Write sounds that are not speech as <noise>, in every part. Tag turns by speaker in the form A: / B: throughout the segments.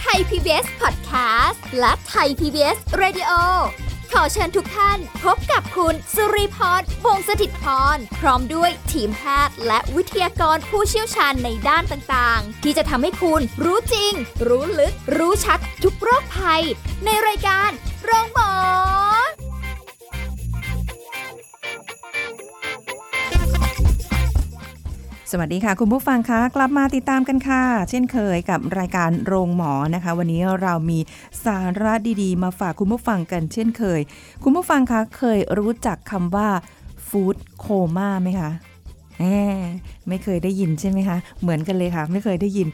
A: ไทย PBS Podcast และไทย PBS Radio ขอเชิญทุกท่านพบกับคุณ สุริพรวงศสถิตพร พร้อมด้วยทีมแพทย์และวิทยากรผู้เชี่ยวชาญในด้านต่างๆ ที่จะทำให้คุณรู้จริง รู้ลึก รู้ชัดทุกโรคภัย ในรายการโรงพยาบาล
B: สวัสดีค่ะ คุณผู้ฟังคะกลับมาติดตามกันค่ะ เช่นเคยกับรายการโรงหมอนะคะ วันนี้เรามีสาระดีๆ มาฝากคุณผู้ฟังกันเช่นเคย คุณผู้ฟังคะเคยรู้จักคำว่าฟู้ดโคม่าไหมคะแหมไม่เคยได้ยินใช่ไหมคะ เหมือนกันเลยค่ะ ไม่เคยได้ยิน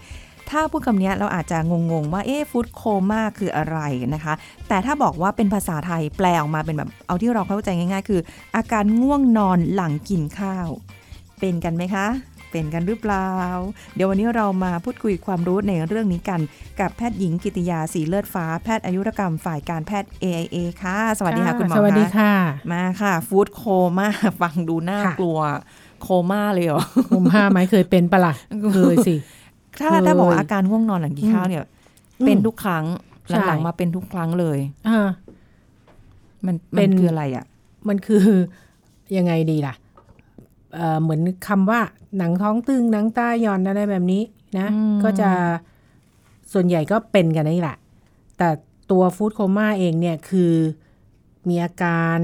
B: ถ้าพูดคำนี้เราอาจจะงงๆว่าเอ๊ะฟู้ดโคม่าคืออะไรนะคะ แต่ถ้าบอกว่าเป็นภาษาไทยแปลออกมาเป็นแบบเอาที่เราเข้าใจง่าย ๆ คือ อาการง่วงนอนหลังกินข้าว เป็นกันไหมคะ เป็นกันหรือเปล่า เดี๋ยววันนี้เรามาพูดคุยความรู้ในเรื่องนี้กัน กับแพทย์หญิงกิติยาสีเลือดฟ้าแพทย์อายุรกรรมฝ่ายการแพทย์ AIA ค่ะ สวัสดีค่ะคุณหมอ
C: สวัสดีค่ะ
B: มาค่ะฟู้ดโคม่าฟังดูน่า
C: ค่ะ
B: กลัวโคม่าเลยเหรอ
C: คุมห้าไหมเคยเป็นปะล่ะ เคยสิ
B: ถ้า
C: เคย
B: ถ้าบอกว่าอาการง่วงนอนหลังกินข้าวเนี่ย
C: อืม
B: เป็นทุกครั้ง
C: ใช่
B: หลังๆมาเป็นทุกครั้งเลย
C: อ่า
B: มัน
C: เป็
B: มัน
C: น
B: คืออะไรอ่ะ
C: มันคือ <laughs> ยังไงดีล่ะเอ่อเหมือนคำว่าหนังท้องตึงหนังตาหย่อนอะไรแบบนี้นะ
B: อืม
C: ก็จะส่วนใหญ่ก็เป็นกันนี่แหละ แต่ตัวฟู้ดโคม่าเองเนี่ยคือมีอาการ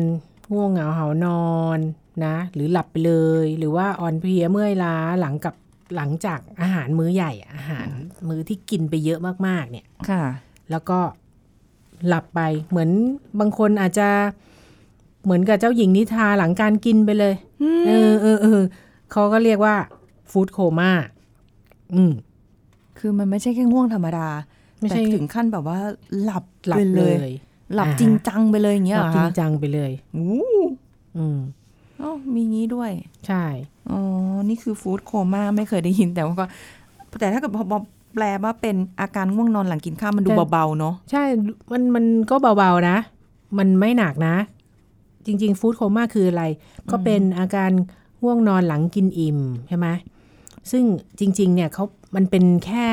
C: ง่วงเหงาเหานอนนะ หรือหลับไปเลย หรือว่าอ่อนเพลียเมื่อยล้าหลังกับหลังจากอาหารมื้อใหญ่อะอาหารมื้อที่กินไปเยอะมากๆเนี่ย
B: ค่ะ
C: แล้วก็หลับไปเหมือนบางคนอาจจะเหมือนกับเจ้าหญิงนิทราหลังการกินไปเลยเออเออเออเขาก็เรียกว่าฟู้ดโคม่าอืม
B: คือมันไม่ใช่แค่ง่วงธรรมดา
C: ไม่ใช่
B: แต่ถึงขั้นแบบว่าหลับ
C: หลับ
B: ไป
C: เลย
B: หลับ
C: อ่า
B: จริงจังไปเลยอย่างเงี้ย
C: ห
B: เห
C: ลั
B: รอ
C: บจริ
B: คะ
C: งจังไปเลย
B: อู้
C: อืม
B: อ้าวมีงี้ด้วย
C: ใช่
B: อ๋อนี่คือฟู้ดโคม่าไม่เคยได้ยินแต่ว่าก็ แต่ถ้าเกิดพอพอแปลว่าเป็นอาการง่วงนอนหลังกินข้าวมันดู
C: แต่
B: เบาๆเนาะ
C: ใช่ มันมันก็เบาๆนะ มันไม่หนักนะ จริง ๆ ฟู้ดโคม่าคืออะไร ก็เป็นอาการง่วงนอนหลังกินอิ่มใช่ไหมซึ่งจริง ๆ เนี่ยเขามันเป็นแค่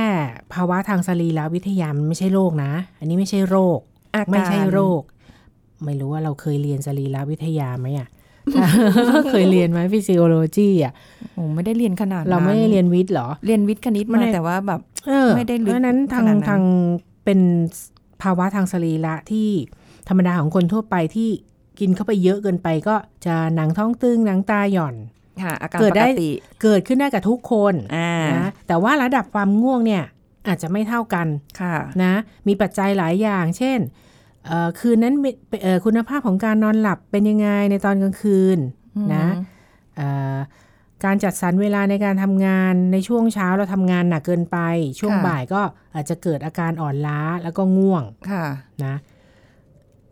C: ภาวะทางสรีรวิทยา มันไม่ใช่โรคนะ อันนี้ไม่ใช่โรค
B: อาการ
C: ไม่ใช่โรค ไม่รู้ว่าเราเคยเรียนสรีรวิทยาไหมอ่ะ <laughs> เคยเรียนไหมฟิสิโอโลจีอ่ะ
B: โอ้ไม่ได้เรียนขนาด
C: เราไม่ได้เรียนวิทย์เหรอ
B: เรียนวิทย์คณิต
C: ไม่
B: มา
C: ได้
B: แต่ว่าแบบ
C: เออ
B: ไม่ได้ลึก
C: เพราะฉะนั้นทาง
B: ขนาดนั้น
C: ทางเป็นภาวะทางสรีระที่ธรรมดาของคนทั่วไปที่กินเข้าไปเยอะเกินไปก็จะหนังท้องตึงหนังตาหย่อน
B: ค่ะอาการ
C: เกิ
B: ป
C: ดได้
B: กติ
C: เกิดขึ้นได้กับทุกคน
B: อ่า
C: นะแต่ว่าระดับความง่วงเนี่ยอาจจะไม่เท่ากัน
B: ค่ะ
C: นะมีปัจจัยหลายอย่าง เช่นเอ่อคืนนั้นมีเอ่อคุณภาพของการนอนหลับเป็นยังไงในตอนกลางคืน นะ เอ่อการจัดสรรเวลาในการทำงานในช่วงเช้าเราทำงานหนักเกินไป ช่วง
B: ค่ะ
C: บ่ายก็อาจจะเกิดอาการอ่อนล้าแล้วก็ง่วง
B: ค่ะ
C: นะ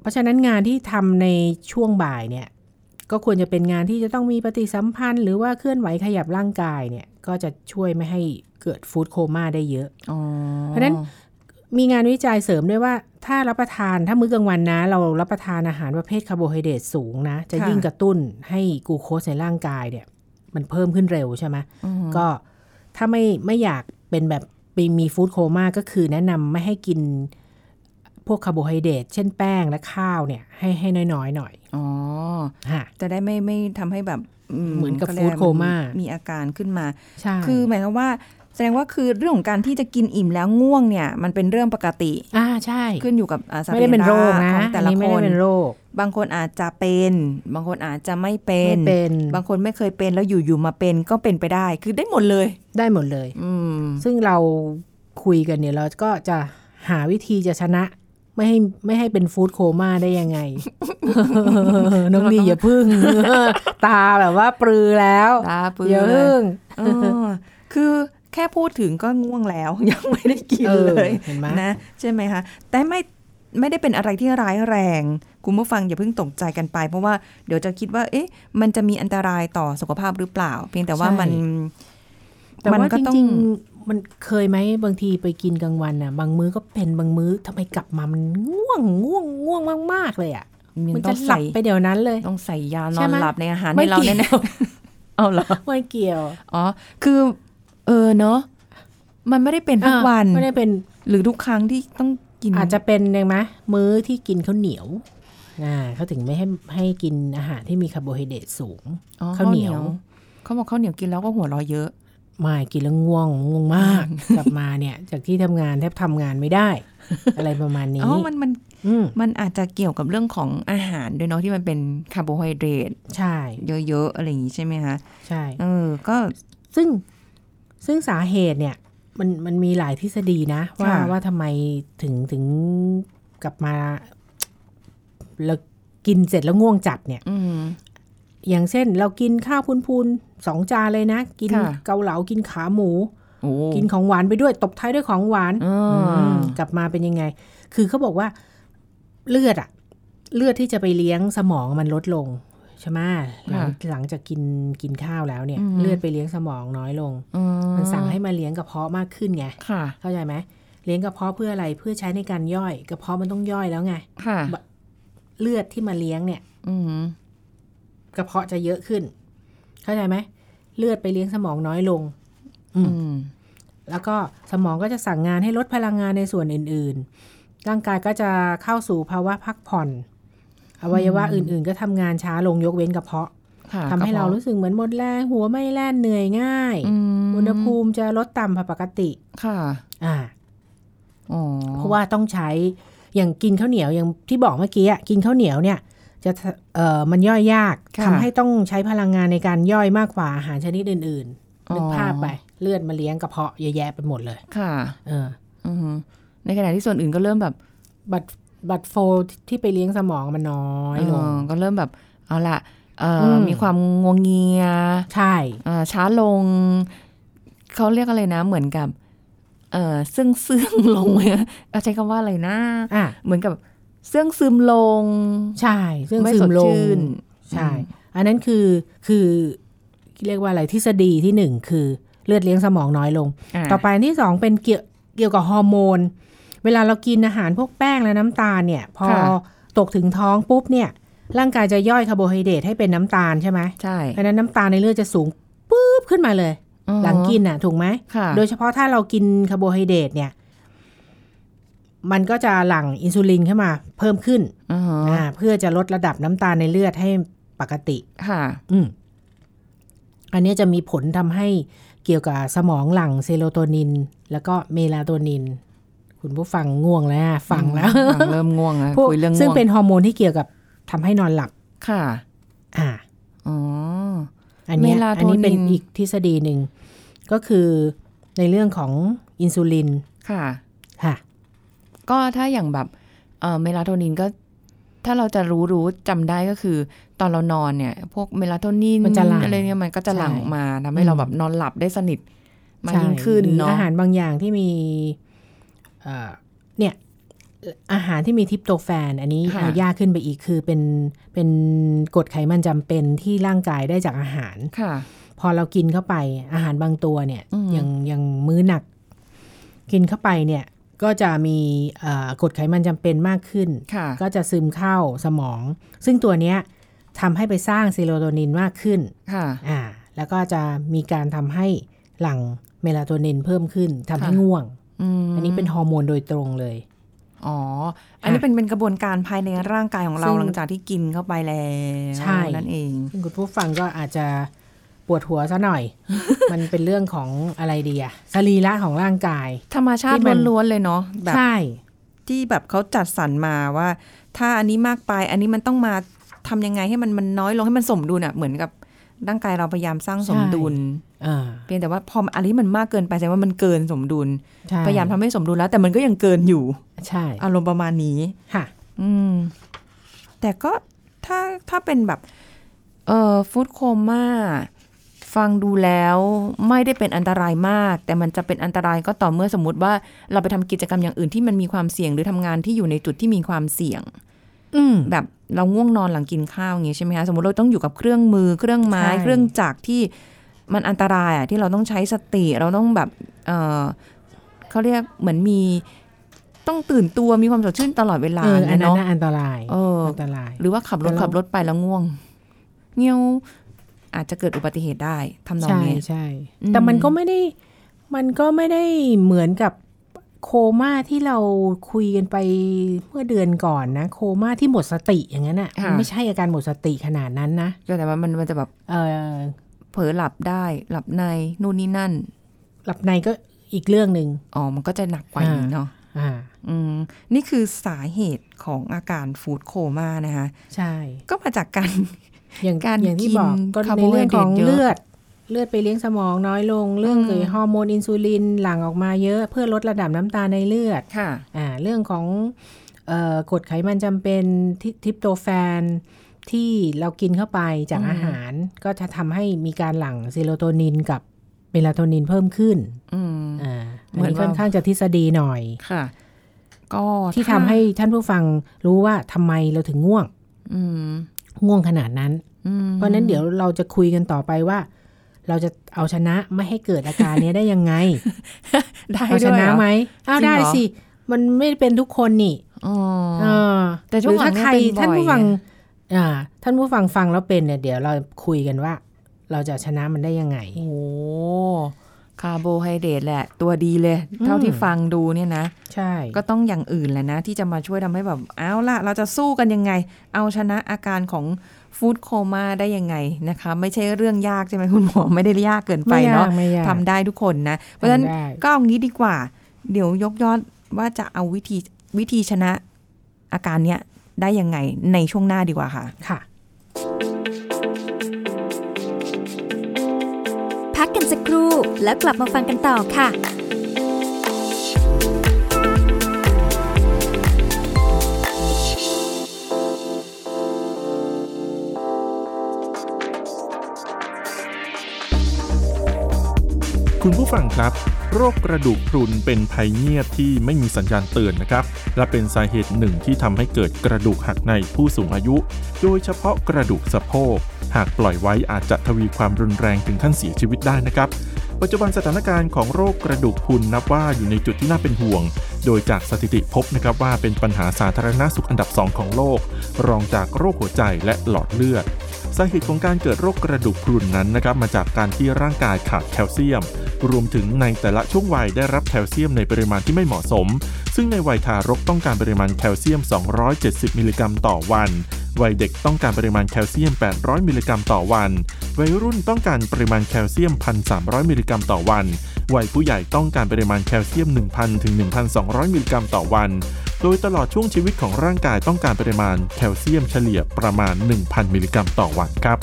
C: เพราะฉะนั้นงานที่ทำในช่วงบ่ายเนี่ยก็ควรจะเป็นงานที่จะต้องมีปฏิสัมพันธ์ หรือว่าเคลื่อนไหวขยับร่างกายเนี่ยก็จะช่วยไม่ให้เกิดฟู้ดโคม่าได้เยอะ
B: อ๋อ
C: เพราะฉะนั้น มีงานวิจัยเสริมด้วยว่า ถ้ารับประทานถ้ามื้อกลางวันนะ เรารับประทานอาหารประเภทคาร์โบไฮเดรตสูงนะ จะยิ่งกระตุ้นให้กลูโคสในร่างกายเนี่ย มันเพิ่มขึ้นเร็วใช่ไหม
B: อืม
C: ก็ถ้าไม่ไม่อยากเป็นแบบไปมีฟู้ดโคม่าก็คือแนะนำไม่ให้กินพวกคาร์โบไฮเดรตเช่นแป้งและข้าวเนี่ย ให้ให้น้อยๆหน่อย
B: อ๋อ
C: ฮะ
B: จะได้ไม่ไม่ทำให้แบบ
C: เหมือนกับ
B: ขรีย
C: food coma
B: มีอาการขึ้นมา
C: ใช่
B: คือหมายความว่า แสดงว่าคือเรื่องของการที่จะกินอิ่มแล้วง่วงเนี่ย มันเป็นเรื่องปกติ
C: อ่าใช่
B: ขึ้นอยู่กับอ่าส
C: ไม่ได้เป็นโรคนะ
B: ของแต่
C: อัน
B: ละ
C: นี้
B: ค
C: ไม่ได้
B: น
C: เป็นโรค
B: บางคนอาจจะเป็น บางคนอาจจะไม่เป็
C: ไม่
B: น
C: เป็น
B: บางคนไม่เคยเป็นแล้วอยู่ๆมาเป็นก็เป็นไปได้ คือได้หมดเลย
C: ได้หมดเลย
B: อืม
C: ซึ่งเราคุยกันเนี่ยเราก็จะหาวิธีจะชนะ ไม่ให้ไม่ให้เป็นฟู้ดโคม่าได้ยั
B: <laughs>
C: งไง น้องดีอย่าพึ่ง ตาแบบว่าปรือแล้ว
B: ตาปื้
C: อย่า
B: เลย
C: พึ่ง
B: เออคือแค่พูดถึงก็ง่วงแล้ว <laughs> ยังไม่ได้กิน
C: เออ
B: เลย
C: เห็นไหม
B: นะใช่ไหมคะแต่ไม่ไม่ได้เป็นอะไรที่ร้ายแรง คุณผู้ฟังอย่าเพิ่งตกใจกันไป เพราะว่าเดี๋ยวจะคิดว่า เอ๊ะ มันจะมีอันตรายต่อสุขภาพหรือเปล่า เพียงแต่ว่ามัน
C: แต่
B: มัน
C: ว่า
B: ก็
C: จ
B: ต้อง
C: ริงๆมันเคยไหมบางทีไปกินกลางวันอ่ะ บางมื้อก็เป็นบางมื้อทำไมกลับมามันง่วงง่วงง่วงมากๆเลยอ่ะ
B: ยัง
C: มัน
B: ต้
C: จะ
B: อง
C: หลั
B: ใส่
C: บไปเดี๋ยวนั้นเลย
B: ต้องใส่ยาน
C: ใช่
B: อน
C: ไหม
B: หลับในอาหารให้เราแน่ๆเอาเหรอ
C: ไม่เกี่ยว
B: อ๋อ คือ เออเนาะ มันไม่ได้เป็นทุกวัน
C: อ่ะไม่ได้เป็น
B: หรือทุกครั้งที่ต้องกิน
C: อาจจะเป็นยังไหมมื้อที่กินข้าวเหนียวอ่าเขาถึงไม่ให้ให้กินอาหารที่มีคาร์โบไฮเดรตสูง
B: อ๋อ
C: ข้าวเหนียว
B: เขาบอกข้าวเหนียวกินแล้วก็หัวเราะเยอะ
C: ไม่กินแล้วง่วงง่วงมาก
B: <laughs>
C: กลับมาเนี่ย จากที่ทำงานแทบทำงานไม่ได้ อะไรประมาณนี้
B: อ๋อ มัน มัน
C: อืม
B: มันอาจจะเกี่ยวกับเรื่องของอาหารด้วยเนาะที่มันเป็นคาร์โบไฮเดรต
C: ใช่
B: เยอะๆอะไรอย่างงี้ใช่ไหมคะ
C: ใช่
B: เออ ก็
C: ซึ่งซึ่งสาเหตุเนี่ย มันมันมีหลายทฤษฎีนะ ว่า
B: ค่ะ
C: ว่าทำไมถึงถึงกลับมาแล้วกินเสร็จแล้วง่วงจัดเนี่ย
B: อืม
C: อย่างเช่น เรากินข้าวพูนๆสองจานเลยนะ กิน
B: ค่ะ
C: เกาเหลากินขาหมู
B: โอ้
C: กินของหวานไปด้วย ตบท้ายด้วยของหวาน
B: อ่า
C: อืมกลับมาเป็นยังไง คือเขาบอกว่าเลือดอะเลือดที่จะไปเลี้ยงสมองมันลดลงใช่ไหมหลัง
B: ค่ะ
C: หลังจากกินกินข้าวแล้วเนี่ย
B: อืม
C: เลือดไปเลี้ยงสมองน้อยลง
B: อื
C: มันสั่งให้มาเลี้ยงกระเพาะมากขึ้นไง
B: ค่ะ
C: เข้าใจไหมเลี้ยงกระเพาะเพื่ออะไรเพื่อใช้ในการย่อย กระเพาะมันต้องย่อยแล้วไง
B: ค่ะ
C: บะ เลือดที่มาเลี้ยงเนี่ย
B: อืม
C: กระเพาะจะเยอะขึ้น เข้าใจไหมเลือดไปเลี้ยงสมองน้อยลง อืม
B: อืม
C: แล้วก็สมองก็จะสั่งงานให้ลดพลังงานในส่วนอื่นๆ ร่างกายก็จะเข้าสู่ภาวะพักผ่อน อวัยวะอื่นๆ ก็ทำงานช้าลงยกเว้นกระเพาะ
B: ค่ะ
C: ทำให้เรารู้สึกเหมือนหมดแรงหัวไม่แล่นเหนื่อยง่าย
B: อืม
C: อุณหภูมิจะลดต่ำผิดปกติ
B: ค่ะ
C: อ่า
B: อ๋อ
C: เพราะว่าต้องใช้ อย่างกินข้าวเหนียวอย่างที่บอกเมื่อกี้อะกินข้าวเหนียวเนี่ย จะเอ่อมันย่อยยาก
B: ค่ะ
C: ทำให้ต้องใช้พลังงานในการย่อยมากกว่าอาหารชนิดอื่น
B: อ๋อ
C: ๆนึกภาพไปเลือดมาเลี้ยงกระเพาะเยอะแยะไปหมดเลย
B: ค่ะ
C: เออ
B: อือฮึในขณะที่ส่วนอื่นก็เริ่มแบบ
C: บัตรบัตรโฟที่ไปเลี้ยงสมองมันน้อยล
B: เอง อก็เริ่มแบบเอาละเอออ
C: ม
B: มีความงวงเงีย
C: ใช่
B: เอ่อช้าลง เขาเรียกอะไรนะ เหมือนกับ เออเสื่องเสื่องลง <laughs> เลยเอาใช้คำว่าอะไรนะ
C: อ่ะ
B: เหมือนกับเสื่องซึมลง
C: ใช่ซึ่ง
B: ไม่
C: ซึ
B: ส
C: ม
B: ด
C: ลง
B: ชื่น
C: ใช่ อันนั้นคือคือเรียกว่าอะไรทฤษฎีที่หนึ่งคือเลือดเลี้ยงสมองน้อยลง
B: อ่า
C: ต่อไปอันที่สองเป็นเกี่ยวเกี่ยวกับฮอร์โมน เวลาเรากินอาหารพวกแป้งและน้ำตาลเนี่ย พอ
B: ค่ะ
C: ตกถึงท้องปุ๊บเนี่ย ร่างกายจะย่อยคาร์โบไฮเดรตให้เป็นน้ำตาลใช่ไหม
B: ใช่
C: เพราะฉะนั้นน้ำตาลในเลือดจะสูงปุ๊บขึ้นมาเลย
B: อือฮึ
C: หลังกินอ่ะถูกไหม
B: ค่ะ
C: โดยเฉพาะถ้าเรากินคาร์โบไฮเดรตเนี่ย มันก็จะหลั่งอินซูลินขึ้นมา เพิ่มขึ้น
B: อือฮึ
C: อ่าเพื่อจะลดระดับน้ำตาลในเลือดให้ปกติ
B: ค่ะ
C: อืมอันเนี้ยจะมีผลทำให้เกี่ยวกับสมองหลั่งเซโรโทนิน แล้วก็เมลาโทนิน คุณผู้ฟังง่วงแล้วนะฟังแล้ว
B: ฟังเริ่มง่วงแล้ว
C: พ <laughs> วก
B: คุยเรื่องง่วง
C: ซึ่งเป็นฮอร์โมนที่เกี่ยวกับทำให้นอนหลับ
B: ค่ะ
C: อ่า
B: อ๋อ
C: อันเนี้ย
B: เมลาโทนิน
C: อันนี้เป็นอีกทฤษฎีหนึ่งก็คือในเรื่องของอินซูลิน
B: ค่ะ
C: ค่ะ
B: ก็ถ้าอย่างแบบเอ่อเมลาโทนินก็ถ้าเราจะรู้รู้จำได้ก็คือ ตอนเรานอนเนี่ย พวกเมลาโทนิน
C: มันจะหลั่ง
B: อะไรเนี่ยมันก็จะหลั่ง
C: ใช่
B: ออกมาทำให้เราแบบนอนหลับได้สนิทมากยิ่ง
C: ใช่
B: ขึ้น
C: หรือ
B: เนาะ
C: อาหารบางอย่างที่มีเอ่อเนี่ยอาหารที่มีทริปโตแฟน อันนี้
B: ค่ะ
C: เอายากขึ้นไปอีกคือเป็นเป็นกรดไขมันจำเป็นที่ร่างกายได้จากอาหาร
B: ค่ะ
C: พอเรากินเข้าไปอาหารบางตัวเนี่ย
B: อืม
C: อย่างอย่างมื้อหนัก กินเข้าไปเนี่ยก็จะมีเอ่อกรดไขมันจำเป็นมากขึ้น
B: ค่ะ
C: ก็จะซึมเข้าสมอง ซึ่งตัวเนี้ยทำให้ไปสร้างเซโรโทนินมากขึ้น
B: ค่ะ
C: อ่าแล้วก็จะมีการทำให้หลั่งเมลาโทนินเพิ่มขึ้นทำให้
B: ค่ะ
C: ง่วง
B: อืม
C: อันนี้เป็นฮอร์โมนโดยตรงเลย
B: อ๋อ อันนี้เป็นเป็นกระบวนการภายในร่างกายของเรา
C: ซึ่ง
B: หลังจากที่กินเข้าไปแล้ว
C: ใช่
B: นั่นเอง
C: ซึ่งคุณผู้ฟังก็อาจจะปวดหัวซะ
B: <laughs>
C: หน่อย มันเป็นเรื่องของอะไรดีอะสรีระของร่างกาย
B: ธรรมชาติ
C: ที่มัน
B: ล้วนๆเลยเนาะแบบ
C: ใช่
B: ที่แบบเขาจัดสรรมาว่า ถ้าอันนี้มากไป อันนี้มันต้องมาทำยังไงให้มันมันน้อยลงให้มันสมดุลอ่ะเหมือนกับร่างกายเราพยายามสร้างสมดุล
C: อ่า
B: เพียงแต่ว่าพออันนี้มันมากเกินไปแสดงว่ามันเกินสมดุล
C: ใช่
B: พยายามทำให้สมดุลแล้ว แต่มันก็ยังเกินอยู่
C: ใช่
B: อารมณ์ประมาณนี้
C: ค่ะ
B: อืม แต่ก็ถ้าถ้าเป็นแบบ เอ่อฟู้ดโคม่าฟังดูแล้วไม่ได้เป็นอันตรายมาก แต่มันจะเป็นอันตรายก็ต่อเมื่อสมมติว่าเราไปทำกิจกรรมอย่างอื่นที่มันมีความเสี่ยงหรือทำงานที่อยู่ในจุดที่มีความเสี่ยง
C: อืม
B: แบบเราง่วงนอนหลังกินข้าวอย่างงี้ใช่ไหมคะสมมติเราต้องอยู่กับเครื่องมือเครื่องไม้
C: ใช่
B: เครื่องจักรที่มันอันตรายอ่ะที่เราต้องใช้สติเราต้องแบบเออเขาเรียกเหมือนมี ต้องตื่นตัวมีความสดชื่นตลอดเวลา
C: เอออันนั้น
B: เนาะ
C: น่ะอันตราย
B: เออ
C: นตราย
B: หรือว่าขับรถ
C: แต่เรา
B: ขับรถไปแล้วง่วง เงี้ยวอาจจะเกิดอุบัติเหตุได้ทำนอง
C: ใช่
B: เนี้ย
C: ใช่
B: อืม
C: แต่มันก็ไม่ได้มันก็ไม่ได้เหมือนกับโคม่าที่เราคุยกันไปเมื่อเดือนก่อนนะ โคม่าที่หมดสติอย่างนั้นอ่ะมันไม่ใช่อาการหมดสติขนาดนั้นนะ
B: แต่ว่ามันมันจะแบบ
C: เออ
B: เผลอหลับได้ หลับในนู่นนี่นั่น
C: หลับในก็อีกเรื่องหนึ่ง
B: อ๋อ มันก็จะหนักกว่าอีก
C: อ่า
B: เนาะ
C: อ่า
B: อืมนี่คือสาเหตุของอาการฟูดโคม่านะคะ
C: ใช่
B: ก็มาจากการ
C: อย่าง
B: การ
C: อย่างที่บอก
B: กิน
C: ก็
B: คาร์
C: ใน
B: โบไฮ
C: เรื่อง
B: เดรต
C: ของ
B: เยอะ
C: เลือด เลือดไปเลี้ยงสมองน้อยลง เรื่อง
B: อืม
C: เกี่ยวกับฮอร์โมนอินซูลินหลั่งออกมาเยอะเพื่อลดระดับน้ำตาลในเลือด
B: ค่ะ
C: อ่าเรื่องของเอ่อกรดไขมันจำเป็นทิทิปโตแฟนที่เรากินเข้าไปจาก
B: อืม
C: อาหารก็จะทำให้มีการหลั่งเซโรโทนินกับเมลาโทนินเพิ่มขึ้น
B: อืม
C: อ่า
B: เหมื
C: อัน
B: อน
C: นี้ค่อน
B: ว่า
C: ข้างจะทฤษฎีหน่อย
B: ค่ะ ก็
C: ที่
B: ถ้า
C: ทำให้ท่านผู้ฟังรู้ว่าทำไมเราถึงง่วง
B: อืม
C: ง่วงขนาดนั้น
B: อืม
C: เพราะฉะนั้นเดี๋ยวเราจะคุยกันต่อไปว่า เราจะเอาชนะไม่ให้เกิดอาการเนี้ยได้ยั
B: <laughs>
C: งไง
B: ได้
C: เอาช
B: ด้วย
C: นะ
B: เหรอ
C: ไหมอ้าว
B: จริง
C: ได้
B: เหรอ
C: สิมันไม่ได้เป็นทุกคนนี่
B: อ๋อ
C: เออ
B: แต่ช่วงหลัง
C: รือถ้าใคร
B: เนี่ยเป็นบ่อย
C: ท่านผู้ฟังอ่า ท่านผู้ฟังฟังแล้วเป็นเนี่ยเดี๋ยวเราคุยกันว่า เราจะชนะมันได้ยังไง
B: โอ้โหคาร์โบไฮเดรตแหละ ตัวดีเลย เท่าที่ฟังดูเนี่ยนะ
C: ใช่
B: ก็ต้องอย่างอื่นแหละนะ ที่จะมาช่วยทำให้แบบเอาล่ะ เราจะสู้กันยังไง เอาชนะอาการของฟู้ดโคม่าได้ยังไงนะคะ ไม่ใช่เรื่องยากใช่ไหมคุณหมอ ไม่ได้ยากเกินไป
C: ม่ยก
B: เนาะ
C: ไม่ยาก
B: ทำได้ทุกคนนะ เพราะฉะนั้น
C: ทำได้
B: ก็เอางี้ดีกว่า เดี๋ยวยกยอดว่าจะเอาวิธีวิธีชนะอาการเนี้ยได้ยังไงในช่วงหน้าดีกว่าค่ะ
C: ค่ะ
A: พักกันสักครู่แล้วกลับมาฟังกันต่อค่ะ
D: คุณผู้ฟังครับ โรคกระดูกพรุนเป็นภัยเงียบที่ไม่มีสัญญาณเตือนนะครับ และเป็นสาเหตุหนึ่งที่ทำให้เกิดกระดูกหักในผู้สูงอายุ โดยเฉพาะกระดูกสะโพก หากปล่อยไว้อาจจะทวีความรุนแรงถึงขั้นเสียชีวิตได้นะครับ ปัจจุบันสถานการณ์ของโรคกระดูกพรุนนับว่าอยู่ในจุดที่น่าเป็นห่วง โดยจากสถิติพบนะครับว่าเป็นปัญหาสาธารณสุขอันดับสองของโลก รองจากโรคหัวใจและหลอดเลือด สาเหตุของการเกิดโรคกระดูกพรุนนั้นนะครับมาจากการที่ร่างกายขาดแคลเซียม รวมถึงในแต่ละช่วงวัยได้รับแคลเซียมในปริมาณที่ไม่เหมาะสม ซึ่งในวัยทารกต้องการปริมาณแคลเซียม 270 มิลลิกรัมต่อวัน วัยเด็กต้องการปริมาณแคลเซียม 800 มิลลิกรัมต่อวัน วัยรุ่นต้องการปริมาณแคลเซียม 1,300 มิลลิกรัมต่อวัน วัยผู้ใหญ่ต้องการปริมาณแคลเซียม 1,000 ถึง 1,200 มิลลิกรัมต่อวัน โดยตลอดช่วงชีวิตของร่างกายต้องการปริมาณแคลเซียมเฉลี่ยประมาณ 1,000 มิลลิกรัมต่อวันครับ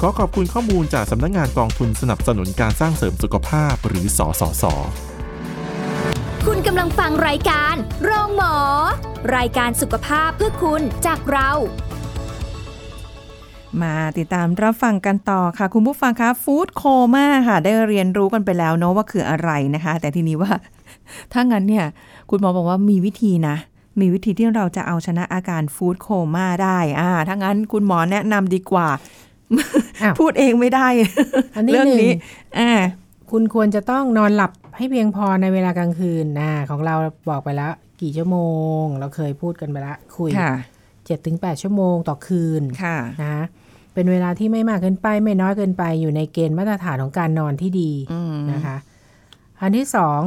D: ขอขอบคุณข้อมูลจากสำนักงานกองทุนสนับสนุนการสร้างเสริมสุขภาพหรือสสส
A: คุณกำลังฟังรายการโรงหมอ รายการสุขภาพเพื่อคุณจากเรา
B: มาติดตามรับฟังกันต่อค่ะ คุณผู้ฟังคะฟู้ดโคม่าค่ะ ได้เรียนรู้กันไปแล้วเนาะว่าคืออะไรนะคะ แต่ทีนี้ว่า <laughs> ถ้างั้นเนี่ย คุณหมอบอกว่ามีวิธีนะ มีวิธีที่เราจะเอาชนะอาการฟู้ดโคม่าได้อ่าถ้างั้นคุณหมอแนะนำดีกว่า <laughs>
C: อ้าว
B: พูดเองไม่ได้
C: อันนี้
B: เรื่
C: หนึ่ง
B: นี้อ่า
C: คุณควรจะต้องนอนหลับให้เพียงพอในเวลากลางคืนนะของเราบอกไปแล้ว กี่ชั่วโมง เราเคยพูดกันไปละคุย
B: ค่ะ
C: เจ็ดถึงแปดชั่วโมงต่อคืน
B: ค่ะ
C: นะเป็นเวลาที่ไม่มากเกินไปไม่น้อยเกินไปอยู่ในเกณฑ์มาตรฐานของการนอนที่ดี
B: อืม
C: นะคะอันที่สอง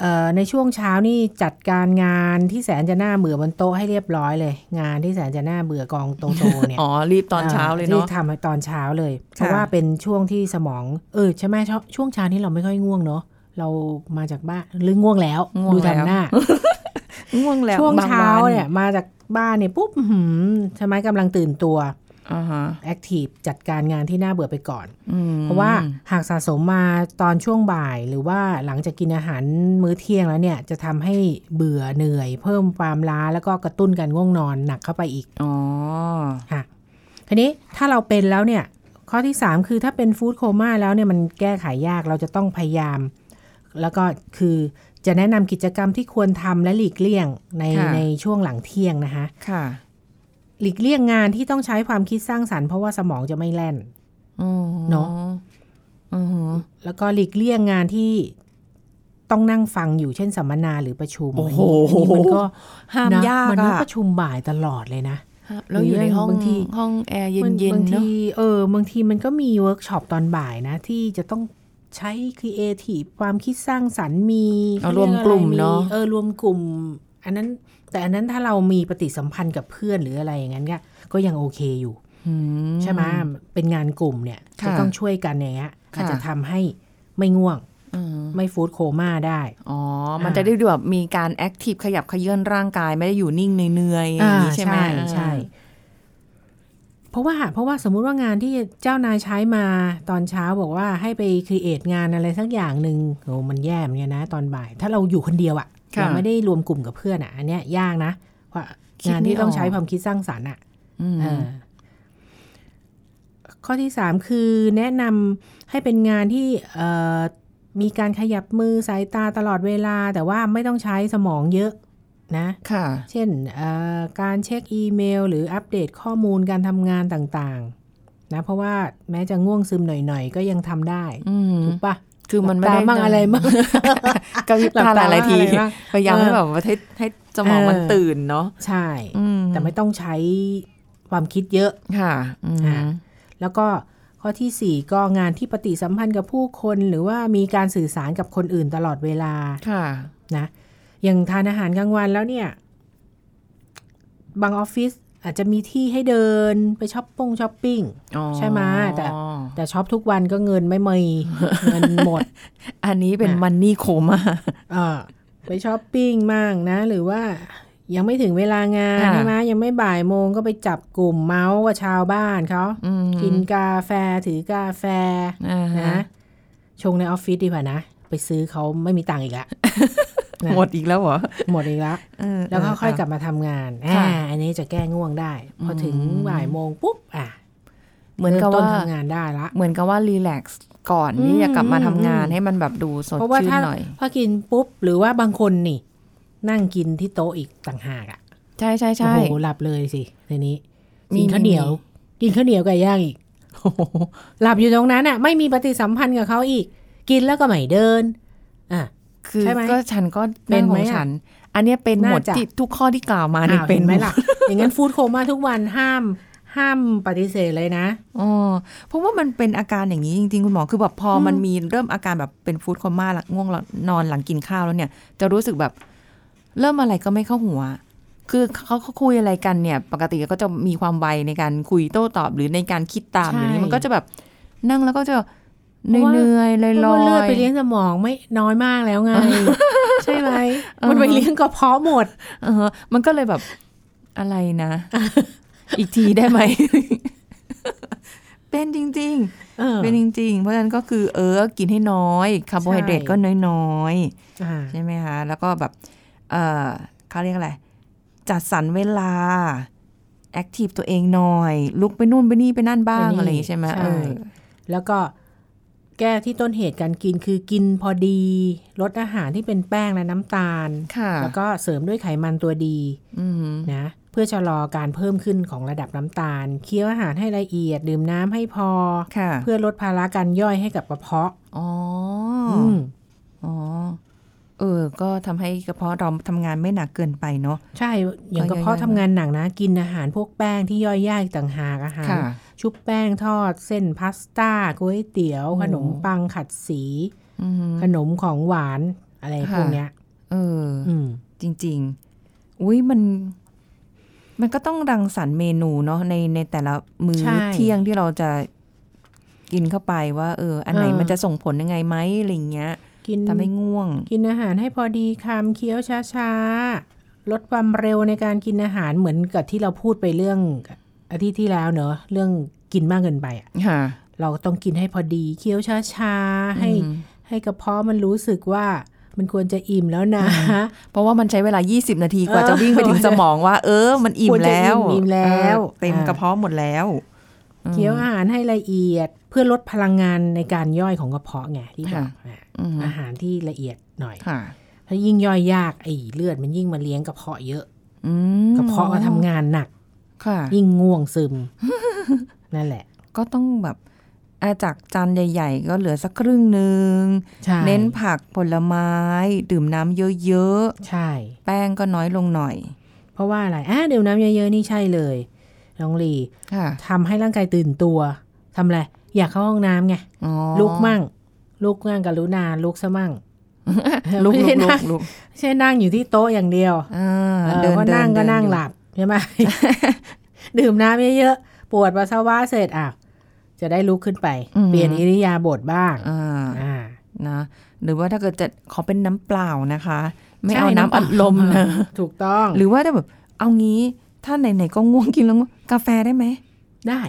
C: เอ่อในช่วงเช้านี่จัดการงานที่แสนจะน่าเบื่อบนโต๊ะให้เรียบร้อยเลย งานที่แสนจะน่าเบื่อกองโตๆเนี่ย
B: อ๋อรีบตอนเช้าเลย
C: รี
B: เนาะ
C: บทำให้ตอนเช้าเลย เพ
B: ค่ะ
C: ราะว่าเป็นช่วงที่สมองเออใช่ไหมชช่วงเช้านี่เราไม่ค่อยง่วงเนาะเรามาจากบ้านหรือง่วงแล้ว
B: ง่วง
C: ดู
B: แล้ว <laughs>
C: ทำหน้า
B: ง่วงแล้ว
C: ช่วงเช้า
B: บวั
C: เนี่ยมาจากบ้านเนี่ยปุ๊บอื้อหือใช่ไหมกำลังตื่นตัว
B: อ่าฮะ
C: แอคทีฟจัดการงานที่น่าเบื่อไปก่อน
B: อืม
C: เพราะว่าหากสะสมมาตอนช่วงบ่ายหรือว่าหลังจากกินอาหารมื้อเที่ยงแล้วเนี่ยจะทำให้เบื่อเหนื่อย เพิ่มความล้าแล้วก็กระตุ้นการง่วงนอนหนักเข้าไปอีก
B: อ๋อ
C: ค่ะทีนี้ถ้าเราเป็นแล้วเนี่ยข้อที่ 3 คือถ้าเป็นฟู้ดโคม่าแล้วเนี่ยมันแก้ไขายยากเราจะต้องพยายาม แล้วก็คือจะแนะนำกิจกรรมที่ควรทำและหลีกเลี่ยงในในช่วงหลังเที่ยงนะคะ
B: ค่ะ
C: หลีกเลี่ยงงานที่ต้องใช้ความคิดสร้างสรรค์เพราะว่าสมองจะไม่แล่น
B: อ๋อ
C: เนาะ
B: อือฮึ
C: แล้วก็หลีกเลี่ยงงานที่ ต้องนั่งฟังอยู่เช่นสัมมนาหรือประชุม
E: โอ้โห
C: นนี้มันก็
B: ห้าม
C: นะ
E: ยาก
C: มันต้อง
E: อะ
C: ประชุมบ่ายตลอดเลยนะ
B: แล้วอยู่ในห้อง
C: บางที
B: ห้องแอร์เ
C: มัน
B: ย็น
C: บาง
B: ๆเนาะ
C: ทีเออบางทีมันก็มีเวิร์กช็อปตอนบ่ายนะ ที่จะต้องใช้ครีเอทีฟความคิดสร้างสรรค์มี
B: เอา
C: ขยอ
B: รวมกลุ่มเนอะ
C: อไรเออรวมกลุ่ม อันนั้นแต่อันนั้นถ้าเรามีปฏิสัมพันธ์กับเพื่อนหรืออะไรอย่างนั้นก็ก็ยังโอเคอยู่
E: อื
C: ใช่ไหมเป็นงานกลุ่มเนี่ย
E: ค่ะ
C: จะต้องช่วยกันอย่างเงี้ย
E: ค่ะ
C: อาจจะทำให้ไม่ง่วง
B: อืม
C: ไม่ฟู้ดโคม่าได้
B: อ๋อ
C: อ่ามั
B: มันจะได้แบบมีการแอคทีฟขยับเขยื่อนร่างกายไม่ได้อยู่นิ่งเหนื่อยๆอย่างนี้ใช่ไหม
C: อ่าใช่ เพราะว่าเพราะว่าสมมุติว่างานที่เจ้านายใช้มาตอนเช้าบอกว่าให้ไปครีเอทงานอะไรสักอย่างหนึ่งโอ้มันแย่เหมือนกันนะ ตอนบ่าย ถ้าเราอยู่คนเดียวอะ
B: ค่ะ
C: เราไม่ได้รวมกลุ่มกับเพื่อนอะอันเนี้ยยากนะเพราะ
B: คิดไม่
C: งานที่ต้องใช้
B: ออก
C: ความคิดสร้างสรรค์อะ
B: อืม
C: เออข้อที่สามคือแนะนำให้เป็นงานที่เอ่อมีการขยับมือสายตาตลอดเวลา แต่ว่าไม่ต้องใช้สมองเยอะนะ
B: ค่ะ
C: เช่นเอ่อการเช็คอีเมล หรืออัปเดตข้อมูลการทำงานต่างๆนะเพราะว่าแม้จะง่วงซึมหน่อยๆ ก็ยังทำได้
B: อืม
C: ถูกปะ
B: คือมันไม่
C: หลั
B: ได้
C: บตามั่งอะไรมั่ง
B: กระพริบตาหลายๆที
C: หลับตาบ้างอะไรบ้าง
B: พยายาม
C: เออ
B: ให้แบบว่าให้ให้สมองมัน
C: เออ
B: ตื่นเนาะ
C: ใช่
B: อืม
C: แต่ไม่ต้องใช้ความคิดเยอะ
B: ค่ะอืม
C: อ่า แล้วก็ข้อทีสี่4 ก็งานที่ปฏิสัมพันธ์กับผู้คน หรือว่ามีการสื่อสารกับคนอื่นตลอดเวลา
B: ค่ะ
C: นะอย่างทานอาหารกลางวันแล้วเนี่ย บางออฟฟิศอาจจะมีที่ให้เดินไปช้อปปงช้อปปิ้ง
B: อ๋อ
C: ใช่ไหมแต่ แต่ช้อปทุกวันก็เงินไม่มี เงินหม
B: <laughs>
C: ด
B: อันนี้เป็น
C: น่ะ
B: มันนี่โคม่า
C: เออไปช้อปปิ้งมั่งนะ หรือว่ายังไม่ถึงเวลางาน
B: ค่ะ
C: ใช่ไหมยังไม่บ่ายโมงก็ไปจับกลุ่มเมาส์กับชาวบ้านเขา
B: อืม
C: กินกาแฟถือกาแฟ
B: อ่าฮะ
C: นะชงในออฟฟิศดีกว่านะ ไปซื้อเขาไม่มีตังค์อีกละ นะ
B: <laughs> หมดอีกแล้วเหรอ
C: หมดอีกแล้ว
B: เออ
C: แล้วก็ค่อยกลับ
B: เ
C: มาทำงาน
B: ค่ะ
C: อ่าอันนี้จะแก้ง่วงได้ พอถึง
B: อืม
C: บ่ายโมงปุ๊บอ่ะ
B: เหมือนกับ
C: ริ่ต้น
B: ว่า
C: ทำงานได้ละ
B: เหมือนกับว่ารีแลกซ์ก่อนที่จะกลับมาทำงานให้มันแบบดูสด
C: เพราะว่า
B: ชื่น
C: ถ้า
B: หน่อย
C: พอกินปุ๊บ หรือว่าบางคนนี่ นั่งกินที่โต๊ะอีกต่างหากอ่ะ
B: ใช่ใช่
C: โอ้
B: ใช่
C: โหหลับเลยสิในนี้
B: มี
C: กินข้าวเหนียว
B: มี
C: กินข้าวเหนียวไก่ย่างอีก <laughs> หลับอยู่ตรงนั้นอ่ะ ไม่มีปฏิสัมพันธ์กับเขาอีก กินแล้วก็ไม่เดินอ่ะ
B: คือ
C: ใช่ไหม
B: ก็ฉันก็
C: เป็
B: เป็น
C: น
B: ข
C: ไหม
B: อง
C: อะ
B: ฉัน อันเนี้ยเป็นหมด
C: น่าจะ
B: ที่ทุกข้อที่กล่าวมาเนี่ย
C: อ้าว
B: เป็น
C: เห็นไหมล่ะ <laughs> อย่างนั้นฟู้ดโคม่าทุกวันห้ามห้ามปฏิเสธเลยนะ
E: อ๋อเพราะว่ามันเป็นอาการอย่างนี้จริง ๆ คุณหมอคือแบบพออ
C: ม
E: มันมีเริ่มอาการแบบเป็นฟู้ดคอมมาละง่วงละนอนหลังกินข้าวแล้วเนี่ย
B: จะรู้สึกแบบ เริ่มอะไรก็ไม่เข้าหัว คือเขาเขาคุยอะไรกันเนี่ย ปกติก็จะมีความไวในการคุยโต้ตอบหรือในการคิดตาม
C: ใช่
B: อย่างนี้มันก็จะแบบนั่งแล้วก็จะเหนื่อยๆลอยๆ
C: เพราะว่าเลือดไปเลี้ยงสมองไม่น้อยมากแล้ว
B: <laughs>
C: ไง ใช่ไหม
B: เออ
C: มันไปเลี้ยงกระเพาะหมด
B: เออมันก็เลยแบบอะไรนะ อีกทีได้ไหม เป็นจริง
C: เออ
B: ๆ เป็นจริง ๆ เพราะฉะนั้นก็คือเออ กินให้น้อยคาร์โบไฮเดรต
C: ใช่
B: ก็น้อย
C: อ่า
B: ๆ ใช่ไหมคะ แล้วก็แบบ เออเขาเรียกอะไร จัดสรรเวลา แอคทีฟตัวเองหน่อย ลุกไปนู่นไปนี่ไปนั่นบ้างอะไรอย่างงี้ใช่ไหมเออ
C: แล้วก็แก้ที่ต้นเหตุการกินคือกินพอดี ลดอาหารที่เป็นแป้งและน้ำตาล
B: ค่ะ
C: แล้วก็เสริมด้วยไขมันตัวดี
B: อืม
C: นะเพื่อชะลอการเพิ่มขึ้นของระดับน้ำตาล เคี้ยวอาหารให้ละเอียด ดื่มน้ำให้พอ
B: ค่ะ
C: เพื่อลดภาระการย่อยให้กับกระเพาะ
B: อ๋อ
C: ม
B: อ๋อ
E: เออ ก็ทำให้กระเพาะเราทำงานไม่หนักเกินไปเนาะ
C: ใช่ อย่างกระเพาะ
E: ก็ย่อยๆ
C: ทำงานหนักนะ กินอาหารพวกแป้งที่ย่อยยากต่างหากอาหาร
B: ค่ะ
C: ชุบแป้งทอด เส้นพาสต้าก๋วยเตี๋ยว ขนมปังขัดสี
B: อืม
C: ขนมของหวานอะไร
B: ค่ะ
C: พวกเนี้ย
B: เออ
C: อืม
E: จริง ๆ อุ้ยมัน มันก็ต้องรังสรรค์เมนูเนาะในในแต่ละมื้อ
C: ใช่
E: เที่ยงที่เราจะกินเข้าไปว่า เออ อันไหน
C: เออ
E: มันจะส่งผลยังไงไหมอะไรอย่างเงี้ย
C: กิน
E: ทำให้ง่วง
C: กินอาหารให้พอดีคำเคี้ยวช้าๆ ลดความเร็วในการกินอาหารเหมือนกับที่เราพูดไปเรื่องอาทิตย์ที่แล้วเนอะเรื่องกินมากเกินไปอะ
B: ค่ะ
C: เราต้องกินให้พอดีเคี้ยวช้าๆให้ ให้กระเพาะมันรู้สึกว่ามันควรจะอิ่มแล้วนะ
B: เพราะว่ามันใช้เวลา 20 นาทีกว่าจะ
C: เออ
B: วิ่งไปถึงสมองว่า เออ มันอิ่ม
C: ควรจะ
B: แล้ว
C: อิ่มอิ่มแล้ว
B: เออเต็ม
C: อ่า
B: กระเพาะหมดแล้ว
C: เคี้ยว
B: อืม
C: อาหารให้ละเอียดเพื่อลดพลังงานในการย่อยของกระเพาะไงที่บอ
B: ค่ะ
C: กอ่ะ
B: อืม
C: อาหารที่ละเอียดหน่อย
B: ค่ะ
C: ถ้ายิ่งย่อยยากไอ้เลือดมันยิ่งมาเลี้ยงกระเพาะเยอะ
B: อืม
C: กระเพาะก็ทำงานหนัก
B: ค่ะ <laughs>
C: ยิ่งง่วงซึม นั่นแหละ
B: ก็ต้องแบบ อ่ะจากจานใหญ่ ๆ ก็เหลือสักครึ่งหนึ่ง
C: ใช่
B: เน้นผักผลไม้ ดื่มน้ำเยอะ
C: ใช่
B: ๆ แป้งก็น้อยลงหน่อย
C: เพราะว่าอะไรอ่ะเดี๋ยวน้ำเยอะๆนี่ใช่เลยน้องลี
B: ค่ะ
C: ทำให้ร่างกายตื่นตัวทำอะไรอยากเข้าห้องน้ำไง
B: อ๋อ
C: ลุกมั่ง ลุกมั่งกับลุนาลุกซะ
B: <laughs>
C: มั่ง
B: ลุก
C: ไม่
B: ลุกลุ
C: ใช่นั่
B: ก
C: ง
B: ลุก
C: ไม่ใช่นั่งอยู่ที่โต๊ะอย่างเดียว
B: อ่า
C: เออ
B: เดิน
C: ก็
B: เดิ
C: นั่งก็
B: เดิ
C: นั่ง
B: อยู่
C: หลับใช่ไหม <laughs> ดื่มน้ำเยอะๆปวดปัสสาวะเสร็จอ่ะจะได้ลุกขึ้นไป เปลี่ยนอิริยาบถบ้าง
B: อ่า
C: อ่า
B: นะ หรือว่าถ้าเกิดจะขอเป็นน้ำเปล่านะคะ ไม่
C: ใช่
B: เอาน้ำ
C: น้ำเป
B: อั
C: ล่า
B: ดลมนะ
C: ถูกต้อง
B: หรือว่าถ้าแบบเอางี้ถ้าไหนๆก็ง่วงกินแล้วง่วงกาแฟได้ไหม
C: ได้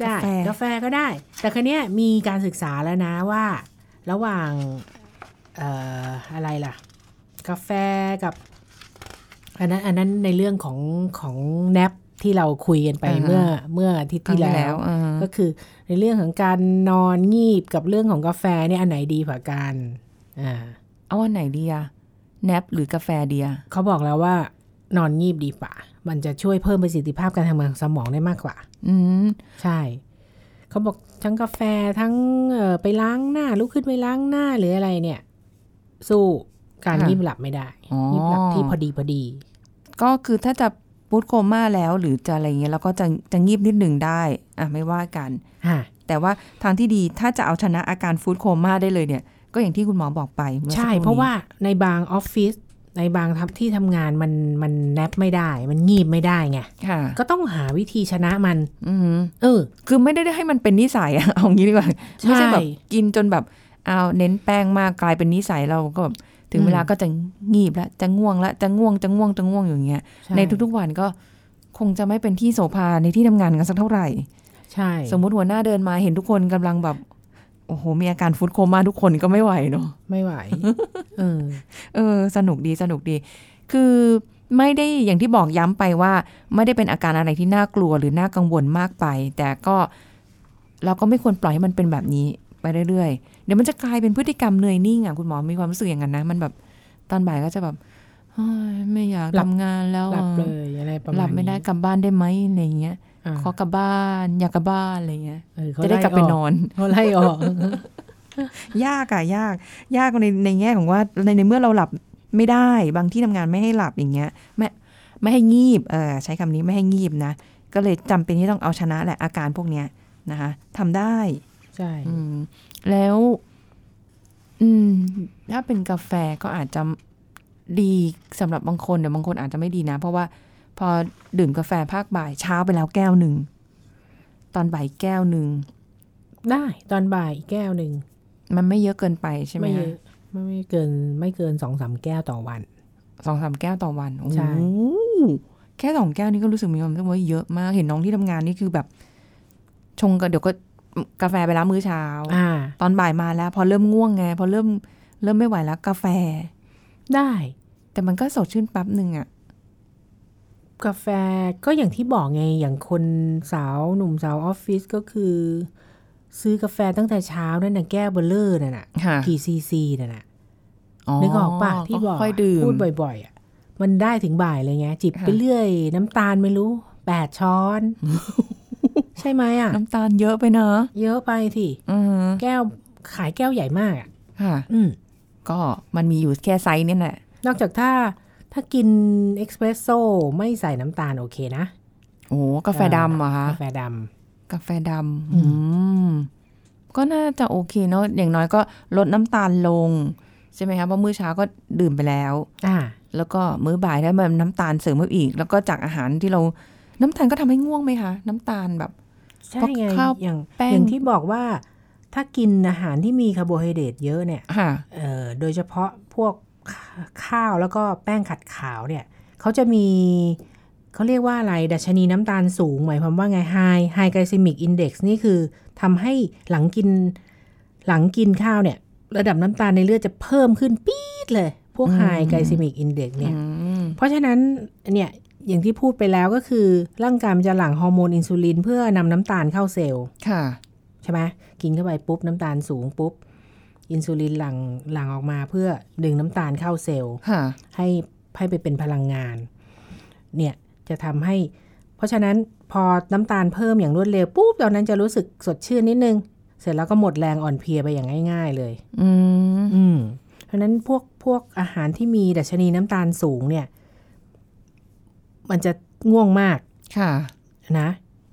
C: ได้
B: กาแฟ
C: กาแฟก็ได้ แต่คันนี้ยมีการศึกษาแล้วนะว่า ระหว่างเอ่ออะไรล่ะ กาแฟกับ อันนั้นอันนั้นในเรื่องของของแนปที่เราคุยกันไป
B: อ่าฮะ
C: เมื่อเมื่ออาทิตย์ที่
B: ครั้ง
C: แล้
B: ที่
C: ว
B: อ่า
C: ก็คือในเรื่องของการนอนงีบกับเรื่องของกาแฟเนี่ยอันไหนดีกว่ากันอ่า
B: เอาอันไหนดีอะแนปหรือกาแฟดีอะ
C: เขาบอกแล้วว่านอนงีบดีกว่า มันจะช่วยเพิ่มประสิทธิภาพการทำงานของสมองได้มากกว่า
B: อืม
C: ใช่ เขาบอกทั้งกาแฟทั้งเอ่อไปล้างหน้าลุกขึ้นไปล้างหน้าหรืออะไรเนี่ย สู้การงีบหลับไม่ได้
B: อ๋อ
C: งีบหลับที่พอดีพอดี
B: ก็คือถ้าจะปูดโคม่าแล้วหรือจะอะไรเงี้ยแล้วก็จะจะงีบนิดหนึ่งได้อ่ะไม่ว่ากัน
C: ฮะ
B: แต่ว่าทางที่ดีถ้าจะเอาชนะอาการฟูดโคม่าได้เลยเนี่ย ก็อย่างที่คุณหมอบอกไปเมื่อสัก
C: ใช่
B: คนี้
C: เพราะว่าในบางออฟฟิศในบางที่ทำงานมันมันแนบไม่ได้ มันงีบไม่ได้ไง
B: ค่ะ
C: ก็ต้องหาวิธีชนะมัน
B: อืม
C: เออ
B: คือไม่ได้ให้มันเป็นนิสัยอะ <laughs> เอางี้ดีกว่า
C: ใช่
B: ไม่ใช่แบบกินจนแบบเอาเน้นแป้งมากกลายเป็นนิสัยเราก็แบบถึง
C: อืม
B: เวลาก็จะงีบละจะง่วงละจะง่วงจะง่วงจะง่วงอย่างเงี้ยในทุกๆวันก็คงจะไม่เป็นที่โสภาในที่ทำงานกันสักเท่าไหร่
C: ใช่
B: สมมุติหัวหน้าเดินมาเห็นทุกคนกำลังแบบ โอ้โห มีอาการฟุตโคม่าทุกคนก็ไม่ไหวเนาะ
C: ไม่ไหว เอ
B: <laughs>
C: อ
B: เออสนุกดีสนุกดี คือไม่ได้อย่างที่บอกย้ำไปว่า ไม่ได้เป็นอาการอะไรที่น่ากลัวหรือน่ากังวลมากไป แต่ก็เราก็ไม่ควรปล่อยให้มันเป็นแบบนี้ไปเรื่อยๆ เดี๋ยวมันจะกลายเป็นพฤติกรรมเหนื่อยนิ่งอ่ะคุณหมอมีความรู้สึกอย่างนั้นนะ มันแบบตอนบ่ายก็จะแบบเฮ้ยไม่อยาก
C: หลับ
B: ทำงานแล้ว
C: หลั
B: อะ
C: บเลยอะไรประมาณ
B: หลับไม่ได้
C: นี้
B: กลับบ้านได้ไหมอะไรเงี้ย
C: า
B: ขอกลับบ้านอยากกลับบ้านอะไรเงี้ย
C: เออเขา
B: จะได้กลับไปนอน
C: เขาไล่อ
B: <laughs>
C: อก
B: ยากอะยาก ยากในในแง่ของว่าในในเมื่อเราหลับไม่ได้ บางที่ทำงานไม่ให้หลับอย่างเงี้ยไม่ไม่ให้งีบเออใช้คำนี้ไม่ให้งีบนะ ก็เลยจำเป็นที่ต้องเอาชนะแหละอาการพวกเนี้ยนะคะทำได้
C: ใช่
B: อืมแล้ว อืม ถ้าเป็นกาแฟก็อาจจะดีสำหรับบางคนแต่บางคนอาจจะไม่ดีนะ เพราะว่าพอดื่มกาแฟภาคบ่ายเช้าไปแล้วแก้วหนึ่งตอนบ่ายแก้วหนึ่ง
C: ได้ตอนบ่ายอีกแก้วหนึ่ง
B: มันไม่เยอะเกินไปใช่ไหม
C: ไม่เย
B: คะ
C: อะไม่ไม่เกินไม่เกินสองสามแก้วต่อวัน
B: สองสามแก้วต่อวันโอ้โห
C: ใช่
B: แค่สองแก้วนี่ก็รู้สึกมีความรู้สึกว่าเยอะมากเห็นน้องที่ทำงานนี่คือแบบ ชงกันเดี๋ยวก็กาแฟไปแล้วมื้อเช้า
C: อ่า
B: ตอนบ่ายมาแล้ว พอเริ่มง่วงไง พอเริ่มเริ่มไม่ไหวแล้วกาแฟ
C: ได้
B: แต่มันก็สดชื่นแปั๊บหนึ่งอะ
C: กาแฟก็อย่างที่บอกไงอย่างคนสาวหนุ่มสาวออฟฟิศก็คือ ซื้อกาแฟตั้งแต่เช้านั่นน่ะแก้วเบลเลอร์น่ะน่ะ
B: ค่ะ
C: กี่ซีซีน่ะน่ะนึกออกปะที่บอก
B: ค่อยดื่ม
C: พูดบ่อยๆอ่ะมันได้ถึงบ่ายเลยไงจิบ
B: ค่ะ
C: ไปเรื่อย น้ำตาลไม่รู้แปดช้อน ใช่ไหมอ่ะ
B: น้ำตาลเยอะไปเนอะ
C: เยอะไปสิ
B: อือ
C: แก้วขายแก้วใหญ่มากอ่ะ
B: ค่ะ
C: อืม
B: ก็มันมีอยู่แค่ไซส์เนี่ยแหละ
C: นอกจากถ้าถ้ากินเอ็กซ์เพรสโซ่ไม่ใส่น้ำตาลโอเคนะ
B: โอ้โหกาแฟดำเหรอะคะ
C: กาแฟด
B: กาแฟดำ
C: อื
B: อื
C: ม
B: ม ก็น่าจะโอเคเนาะ อย่างน้อยก็ลดน้ำตาลลง ใช่ไหมคะ เพราะมื้อเช้าก็ดื่มไปแล้ว
C: ำอ่า
B: แล้วก็มื้อบ่ายได้มาน้ำตาลเสริมเข้าไปอีก แล้วก็จากอาหารที่เรา น้ำตาลก็ทำให้ง่วงไหมคะ น้ำตาลแบบ
C: ใช่
B: เพราะ
C: ไง
B: ข้าว
C: อย่าง
B: แป้ง
C: อย่างที่บอกว่า ถ้ากินอาหารที่มีคาร์โบไฮเดรตเยอะเนี่ย
B: ค่ะ
C: เอ่อโดยเฉพาะพวกข้าวแล้วก็แป้งขัดขาวเนี่ยเขาจะมีเขาเรียกว่าอะไร ดัชนีน้ำตาลสูง หมายความว่าไง High High Glycemic Index นี่คือทำให้หลังกินหลังกินข้าวเนี่ย ระดับน้ำตาลในเลือดจะเพิ่มขึ้นปี๊ดเลย พวก High Glycemic Index เนี่ย
B: อืม
C: เพราะฉะนั้นเนี่ยอย่างที่พูดไปแล้วก็คือ ร่างกายมันจะหลั่งฮอร์โมนอินซูลิน เพื่อนำน้ำตาลเข้าเซลล์
B: ค่ะ
C: ใช่ไหมกินเข้าไปปุ๊บน้ำตาลสูงปุ๊บ อินซูลินหลั่งหลั่งออกมาเพื่อดึงน้ำตาลเข้าเซลล์
B: ค่ะ
C: ให้ให้ไปเป็นพลังงานเนี่ยจะทำให้ เพราะฉะนั้นพอน้ำตาลเพิ่มอย่างรวดเร็วปุ๊บตอนนั้นจะรู้สึกสดชื่นนิดนึง เสร็จแล้วก็หมดแรงอ่อนเพลียไปอย่างง่าย ๆ เลย
B: อืม
C: อืมเพราะฉะนั้นพวกพวกอาหารที่มีดัชนีน้ำตาลสูงเนี่ย มันจะง่วงมาก
B: ค่ะ
C: นะ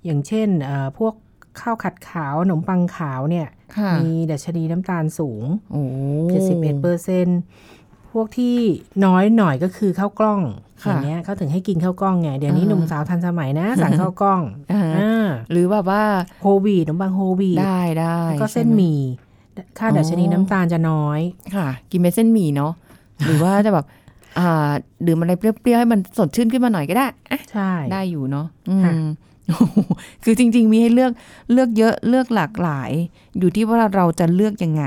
C: อย่างเช่นเอ่อพวกข้าวขัดขาวขนมปังขาวเนี่ย
B: ค่ะ
C: มีดัชนีน้ำตาลสูง
B: โอ้
C: 71เปอร์เซนพวกที่น้อยหน่อยก็คือข้าวกล้อง
B: ะ
C: อย่างเงี้ยเขาถึงให้กินข้าวกล้องไง เดี๋ยวนี้
B: อ่า
C: หนุ่มสาวทันสมัยนะ สั่งข้าวกล้อง
B: อ่า
C: อ่า
B: หรือแบบว่า
C: โฮลวีตขนมปังโฮลวีต
B: ได้ได้
C: แล้วก็
B: ใช่
C: เส้น
B: ไห
C: มี่ค่าดัชนีน้ำตาลจะน้อย
B: ค่ะ กินเป็นเส้นหมี่เนาะ หรือว่าจะแบบ อ่า ดื่มอะไรเปรี้ยวๆให้มันสดชื่นขึ้นมาหน่อยก็ได้อ่ะ
C: ใช่
B: ได้อยู่เนาะอื
C: ค่ะ
B: ม <laughs> โอ้โหคือจริง ๆ มีให้เลือกเลือกเยอะเลือกหลากหลาย อยู่ที่ว่าเราจะเลือกยังไง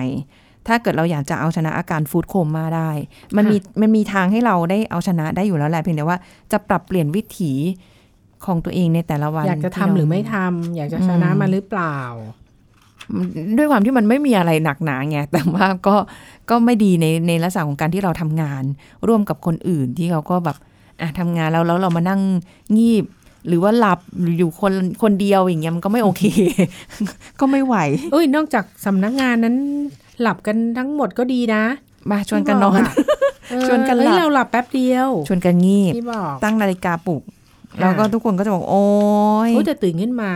B: ถ้าเกิดเราอยากจะเอาชนะอาการฟู้ดโคมมาได้ มันมีมันมีทางให้เราได้เอาชนะได้อยู่แล้วแหละเพียงแต่ว่าจะปรับเปลี่ยนวิถีของตัวเองในแต่ละวัน
C: อยากจะ
B: เ
C: ทำหรือไม่ทำอยากจะชนะ
B: อืม
C: มันหรือเปล่า
B: ด้วยความที่มันไม่มีอะไรหนักหนาไง <laughs> แต่ว่าก็ก็ไม่ดีในในลักษณะของการที่เราทำงาน ร่วมกับคนอื่นที่เขาก็แบบอ่ะทำงานแล้วแล้วเรามานั่งงีบ หรือว่าหลับหรืออยู่คนคนเดียวอย่างเงี้ยมันก็ไม่โอเค <laughs> ก็ไม่
C: <laughs>
B: ไหว
C: เอ้ย นอกจากสำนักงานนั้นหลับกันทั้งหมดก็ดีนะ
B: มาชวนกันนอน
C: ที่บกะ
B: ชวนกันหลับ
C: เอ้ยเราหลับแป๊บเดียว
B: ชวนกันงีบ
C: ที่บอก
B: ตั้งนาฬิกาปลุก
C: อ่า
B: แล้วก็ทุกคนก็จะบอกโอ้ย
C: โอ้ยแต่ตื่นขึ้นมา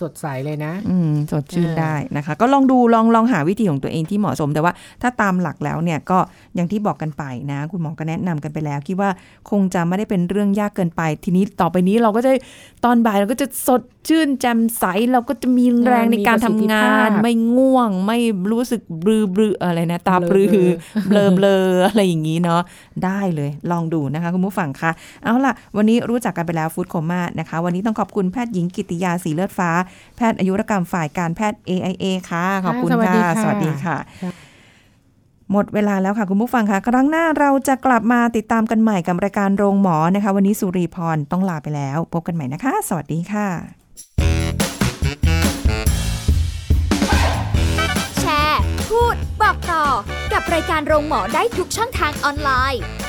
C: สดใสเลยนะ
B: อืมสดชื่น
C: อ่า
B: ได้นะคะ ก็ลองดูลองลองหาวิธีของตัวเองที่เหมาะสม แต่ว่าถ้าตามหลักแล้วเนี่ยก็อย่างที่บอกกันไปนะ คุณหมอก็แนะนำกันไปแล้ว คิดว่าคงจะไม่ได้เป็นเรื่องยากเกินไป ทีนี้ต่อไปนี้เราก็จะตอนบ่ายเราก็จะสดชื่นแจ่มใส เราก็จะมีแรงในการทำงาน
C: มีประสิทธิภาพ
B: ไม่ง่วง ไม่รู้สึกบลือบลืออะไรนะ ตาปลือ เบลอเบลออะไรอย่างนี้เนาะได้เลยลองดูนะคะ คุณผู้ฟังคะเอาล่ะ วันนี้รู้จักกันไปแล้วฟู้ดโคม่านะคะ วันนี้ต้องขอบคุณแพทย์หญิงกิติยาสีเลือดฟ้า แพทย์อายุรกรรมฝ่ายการแพทย์ AIA ค่ะ ขอบคุณ
C: ค่ะสวัสดี
B: ค่ะส
C: ค่ะ
B: วัสดีค่ะ หมดเวลาแล้วค่ะคุณผู้ฟังค่ะ ครั้งหน้าเราจะกลับมาติดตามกันใหม่กับรายการโรงหมอนะคะ วันนี้สุรีพรต้องลาไปแล้ว พบกันใหม่นะคะ สวัสดีค่ะ
A: แชร์ พูด บอกต่อ กับรายการโรงหมอได้ทุกช่องทางออนไลน์